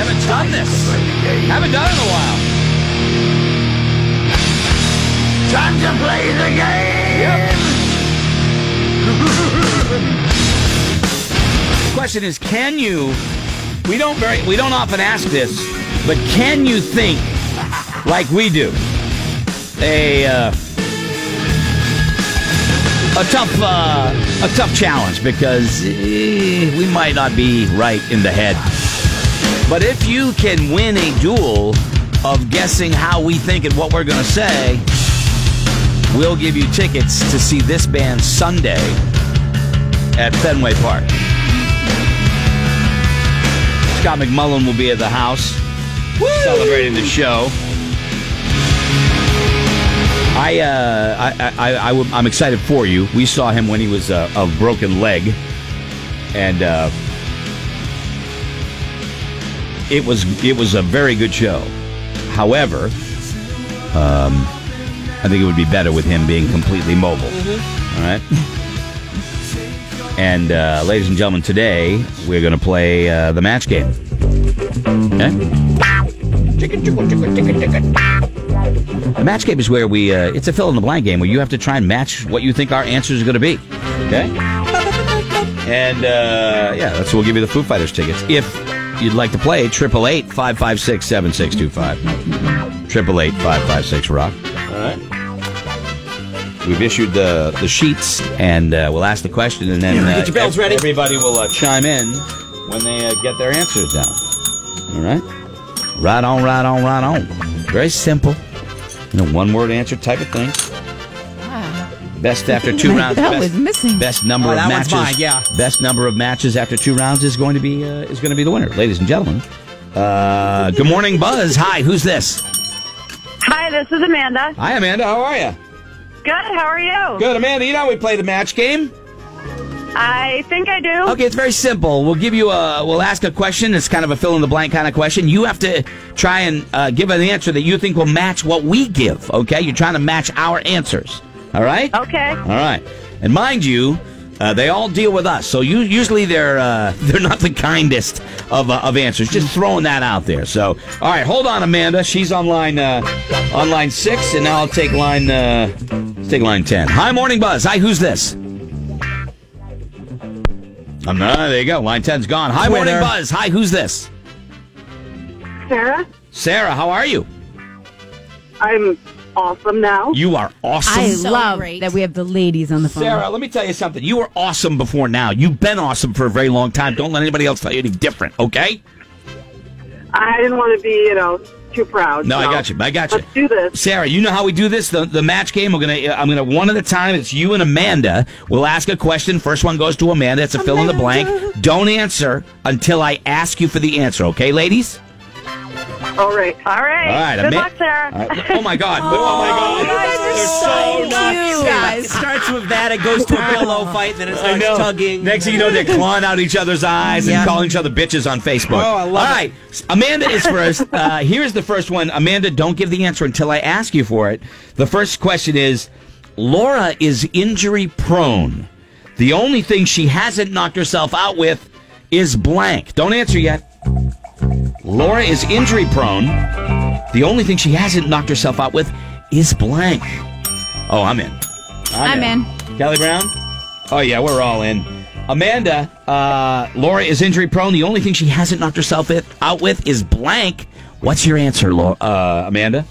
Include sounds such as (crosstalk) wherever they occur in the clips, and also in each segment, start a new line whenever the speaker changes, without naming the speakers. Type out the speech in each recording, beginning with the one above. Haven't done this. Haven't done it in a while.
Time to play the game.
Question is, can you? We don't very, we don't often ask this, but can you think like we do? A uh, a tough uh, a tough challenge because eh, we might not be right in the head. But if you can win a duel of guessing how we think and what we're going to say, we'll give you tickets to see this band Sunday at Fenway Park. Scott McMullen will be at the house celebrating the show. I, uh, I, I, I, I, am excited for you. We saw him when he was uh, a broken leg, and uh, it was it was a very good show. However, um, I think it would be better with him being completely mobile. All right. And uh, ladies and gentlemen, today we're going to play uh, the match game. Okay? The match game is where we, uh, it's a fill in the blank game where you have to try and match what you think our answers are going to be. Okay? And uh, yeah, that's we'll give you the Foo Fighters tickets. If you'd like to play, 888 556 7625. 888 556 Rock. We've issued the the sheets, and uh, we'll ask the question, and then uh,
Get your bells
ev-
ready.
Everybody will uh, chime in when they uh, get their answers down. All right, right on, right on, right on. Very simple, you know, one word answer type of thing.
(laughs)
Best after two
Like
rounds.
that
best,
was missing.
Best number
Oh,
of
that one's
matches.
mine, yeah.
Best number of matches after two rounds is going to be uh, is going to be the winner, ladies and gentlemen. Uh, good morning, Buzz. Hi, who's this?
Hi, this is Amanda.
Hi, Amanda. How are you?
Good, how are you?
Good, Amanda. You know how we play the match game.
I think I do.
Okay, it's very simple. We'll give you a, we'll ask a question. It's kind of a fill in the blank kind of question. You have to try and uh, give an answer that you think will match what we give. Okay, you're trying to match our answers. All right.
Okay.
All right. And mind you, uh, they all deal with us, so you, usually they're uh, (laughs) they're not the kindest of uh, of answers. Just throwing that out there. So, all right, hold on, Amanda. She's on line uh, on line six, and now I'll take line uh, let's take line ten. Hi, morning buzz. Hi, who's this? I'm not, uh, there you go. Line 10's gone. Hi, morning
Winner.
buzz. Hi, who's this?
Sarah,
Sarah, how are you?
I'm awesome now.
You are awesome.
I
So
love
great.
that we have the ladies on the phone.
Sarah,
Um,
let me tell you something. You were awesome before now. You've been awesome for a very long time. Don't let anybody else tell you any different, okay?
I didn't want to be, you know, too proud.
No, I
so
got you. I got you.
Let's do this.
Sarah, you know how we do this? The, the match game, we're gonna, uh, I'm gonna one at a time. It's you and Amanda. We'll ask a question. First one goes to Amanda. It's a fill in the blank. Don't answer until I ask you for the answer, okay, ladies?
All right. All right.
All right.
Good
Ama-
luck, Sarah.
All right. Oh, my God. oh, my
so
God.
(laughs)
nuts, guys. It starts with that, it goes to
(laughs)
a pillow fight, then it starts tugging.
Next thing you know, they're clawing out each other's eyes
Yeah.
and calling each other bitches on Facebook.
Oh, I love
All
it.
right, Amanda
(laughs)
is first. Uh, here's the first one. Amanda, don't give the answer until I ask you for it. The first question is: Laura is injury prone. The only thing she hasn't knocked herself out with is blank. Don't answer yet. Laura is injury prone. The only thing she hasn't knocked herself out with is blank. Oh, I'm in.
I'm in.
Kelly Brown? Oh, yeah, we're all in. Amanda, uh, Laura is injury prone. The only thing she hasn't knocked herself it, out with is blank. What's your answer, Laura, uh, Amanda?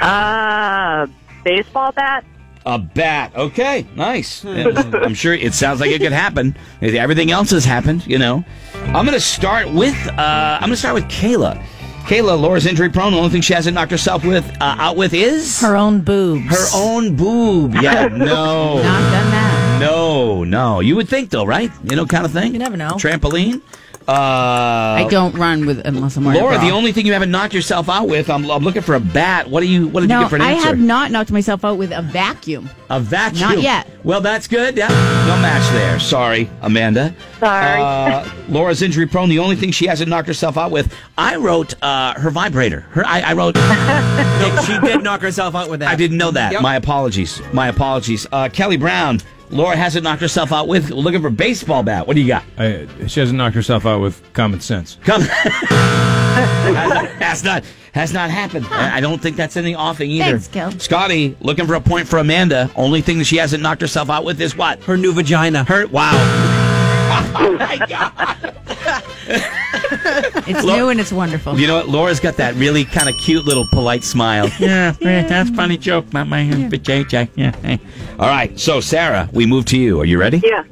Uh, baseball bat?
A bat. Okay, nice. Yeah, I'm sure it sounds like it could happen. Everything else has happened, you know. I'm going to start with uh, I'm going to start with Kayla. Kayla, Laura's injury prone. The only thing she hasn't knocked herself with uh, out with is
Her own boobs.
her own boob.
(laughs)
Yeah, no.
Not done that.
No, no. You would think though, right? You know, kind of thing.
You never know.
Trampoline. Uh,
I don't run with unless I'm wearing a
Laura,
bra.
the only thing you haven't knocked yourself out with. I'm, I'm looking for a bat. What do you? What did you
No,
get for an
I
answer?
have not knocked myself out with a vacuum.
a vacuum.
Not yet.
Well, that's good. Yeah. No match there. Sorry, Amanda.
Sorry.
Uh, Laura's injury prone. The only thing she hasn't knocked herself out with. I wrote uh, her vibrator. Her. I,
(laughs)
I wrote.
No, she did knock herself out with that.
I didn't know that.
Yep.
My apologies. My apologies. Uh, Kelly Brown. Laura hasn't knocked herself out with looking for a baseball bat. What do you got?
I, she hasn't knocked herself out with common sense.
Come. that's not has not happened. I I don't think that's in the offing either.
Thanks, Gil.
Scotty looking for a point for Amanda. Only thing that she hasn't knocked herself out with is what?
Her new vagina.
Her wow. (laughs) Oh my God.
It's
Look.
new and it's wonderful.
You know what? Laura's got that really kind of cute little polite smile. Yeah, that's funny joke about my JJ. Yeah. All right, so Sarah, we move to you. Are you ready?
Yeah.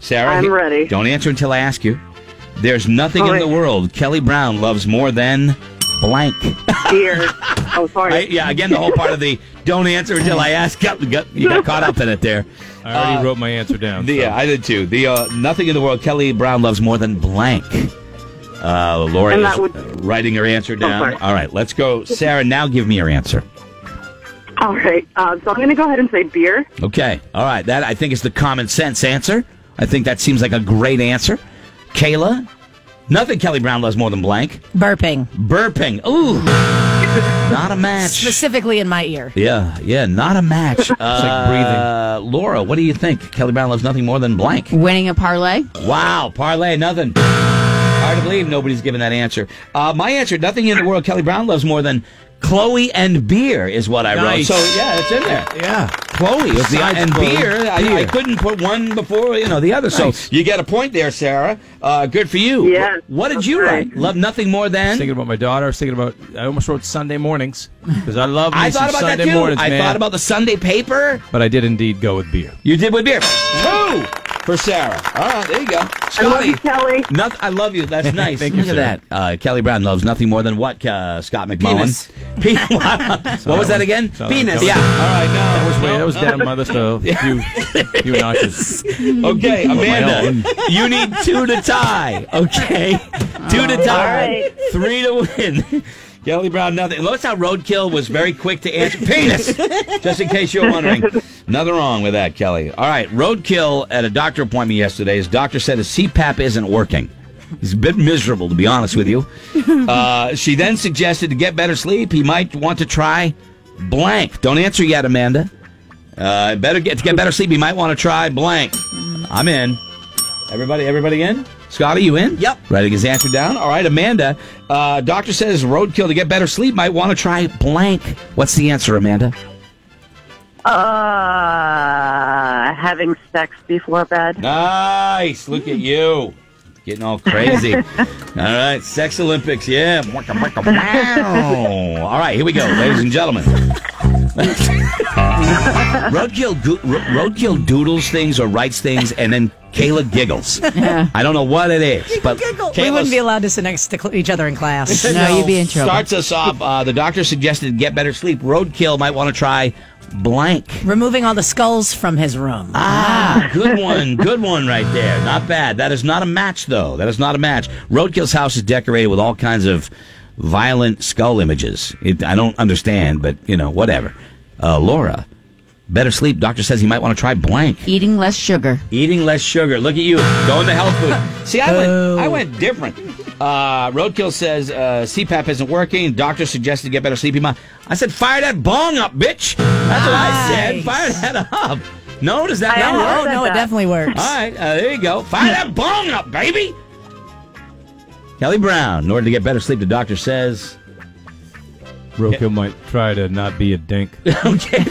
Sarah,
I'm
he-
ready. Oh,
Don't answer until I ask you. There's nothing
All
in
right.
the world Kelly Brown loves more than blank.
Dear. (laughs) Oh, sorry.
Right? Yeah, again, the whole part of the don't answer until I ask. Got, got, you got caught up in it there.
I already wrote my answer down.
Uh, The,
so.
uh, I did too. The uh, nothing in the world Kelly Brown loves more than blank. Uh, Laura
And
is
that would- Oh,
uh, writing her answer down.
sorry.
All right, let's go. Sarah, now give me your answer.
All right. Um, so I'm going to go ahead and say beer.
Okay. All right. That I think is the common sense answer. I think that seems like a great answer. Kayla, nothing Kelly Brown loves more than blank.
Burping,
Burping. Ooh, not a match.
specifically in my ear.
Yeah, yeah, not a
(laughs)
match. It's like breathing. Laura, what do you think? Kelly Brown loves nothing more than blank.
Winning a parlay?
Wow, parlay, nothing. Hard to believe nobody's given that answer. Uh, my answer, nothing in the world Kelly Brown loves more than Chloe and beer is what I
Nice.
wrote. So yeah, it's in there.
yeah.
Chloe was the,
Besides
and
Chloe,
beer, I, I
beer.
couldn't put one before you know the other.
Nice.
So you get a point there, Sarah. Uh, good for you.
Yes,
Wh- What did
that's
you
right.
write? Love nothing more
I was
than.
thinking about my daughter. I was thinking about. I almost wrote Sunday mornings because I love
(laughs)
me
I
some
thought about
Sunday
that too.
mornings,
I
man.
thought about the Sunday paper.
but I did indeed go with beer.
You did with beer. Two for Sarah. All right, there you go.
I love
Scotty.
you, Kelly.
Noth- I love you.
(laughs)
That's nice.
Thank
Look
you,
at
sir.
that. Uh, Kelly Brown loves nothing more than what, uh, Scott McMullen?
Penis.
(laughs) Pe- what was that again?
Saw that
Penis.
coming.
Yeah. All right, no.
That was way. That was down my list
(laughs)
of few, few notches.
Okay,
my
Amanda,
own.
you need two to tie. Okay, two to tie,
right.
three to win. (laughs) Kelly Brown, nothing. Notice how Roadkill was very quick to answer. Penis! Just in case you're wondering. Nothing wrong with that, Kelly. All right, Roadkill at a doctor appointment yesterday. His doctor said his CPAP isn't working. He's a bit miserable, to be honest with you. Uh, she then suggested to get better sleep, he might want to try blank. Don't answer yet, Amanda. Uh, better get to get better sleep. You might want to try blank. I'm in. Everybody, everybody in. Scotty, you in?
Yep.
Writing his answer down. All right, Amanda. Uh, doctor says roadkill to get better sleep. Might want to try blank. What's the answer, Amanda?
Uh, having sex before bed.
Nice. Look
Hmm.
at you. Getting all
(laughs)
crazy. all right, sex Olympics. Yeah. Waka, waka, wow. All right, here we go, ladies and
(laughs)
gentlemen. roadkill, go- ro- roadkill doodles things or writes things, and then Kayla giggles. I don't know what it is, but
we
Kayla
wouldn't be allowed to sit next to cl- each other
(laughs)
in class.
No, you'd be in trouble.
starts us off. Uh, the doctor suggested get better sleep. Roadkill might want to try blank.
Removing all the skulls from his room.
Ah, good one, good one right there. Not bad. That is not a match, though. That is not a match. Roadkill's house is decorated with all kinds of violent skull images. It, I don't understand, but you know, whatever. Uh, Laura, better sleep. Doctor says you might want to try blank.
Eating less sugar.
Eating less sugar. Look at you going to health food. (laughs) See, I went, I went different. Uh, Roadkill says uh, CPAP isn't working. Doctor suggested to get better sleepy mind. I said, fire that bong up, bitch. That's what I said. Fire that up. No, does that
I
not
almost
work?
oh, no, it
that.
definitely works.
All right, uh, there you go. Fire that bong up, baby. Kelly Brown, in order to get better sleep, the doctor says.
Roadkill might try to not be a dink.
Okay.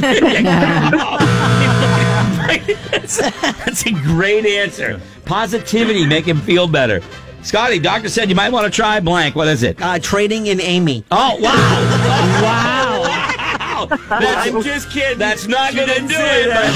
that's, that's a great answer. Positivity, make him feel better. Scotty, doctor said you might want to try blank. What is it?
Uh, trading in Amy.
Oh,
(laughs)
wow. wow. That's,
I'm just kidding.
that's not going to
didn't
do
say
it.
that.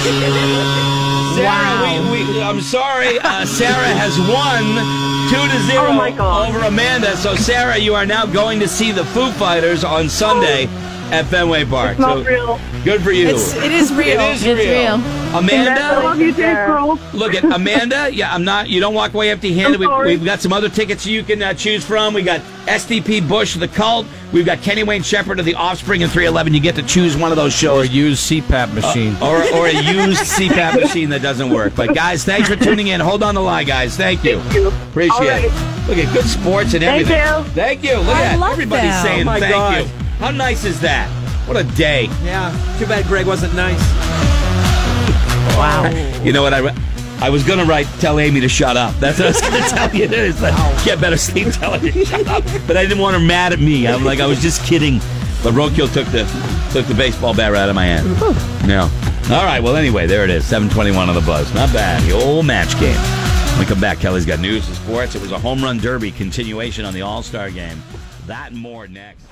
(laughs)
but- Sarah, we, we, I'm sorry. Uh, Sarah has won two to zero
Oh, my God.
over Amanda. So, Sarah, you are now going to see the Foo Fighters on Sunday at Fenway Park. So,
not real.
Good for you.
It's, it is real.
It is real.
It's real.
I
Amanda,
love you, Dave Grohl.
look at Amanda. Yeah, I'm not. You don't walk away empty-handed.
I'm
We've,
sorry.
we've got some other tickets you can uh, choose from. We got SDP Bush, The Cult. We've got Kenny Wayne Shepherd of The Offspring and 311. You get to choose one of those
or
shows. Uh,
use CPAP machine.
Or, or a used CPAP machine that doesn't work. But guys, thanks for tuning in. Hold on the line, guys. Thank you.
you.
Appreciate
All right.
it. Look at good sports and
Thank
everything.
you.
Thank you. Look
I
at
love
everybody
them.
saying
Oh, my
thank
God.
you. How nice is that? What a day.
Yeah. Too bad Greg wasn't nice.
You know what? I, I was going to write, tell Amy to shut up. That's what I was going to (laughs) tell you. Is that, Get better sleep, tell her to shut up. But I didn't want her mad at me. I'm like, I was just kidding. But Rokio took the, took the baseball bat right out of my hand. Yeah. All right. Well, anyway, there it is. 721 on the buzz. Not bad. The old match game. When we come back, Kelly's got news and sports. It was a home run derby continuation on the All Star game. That and more next.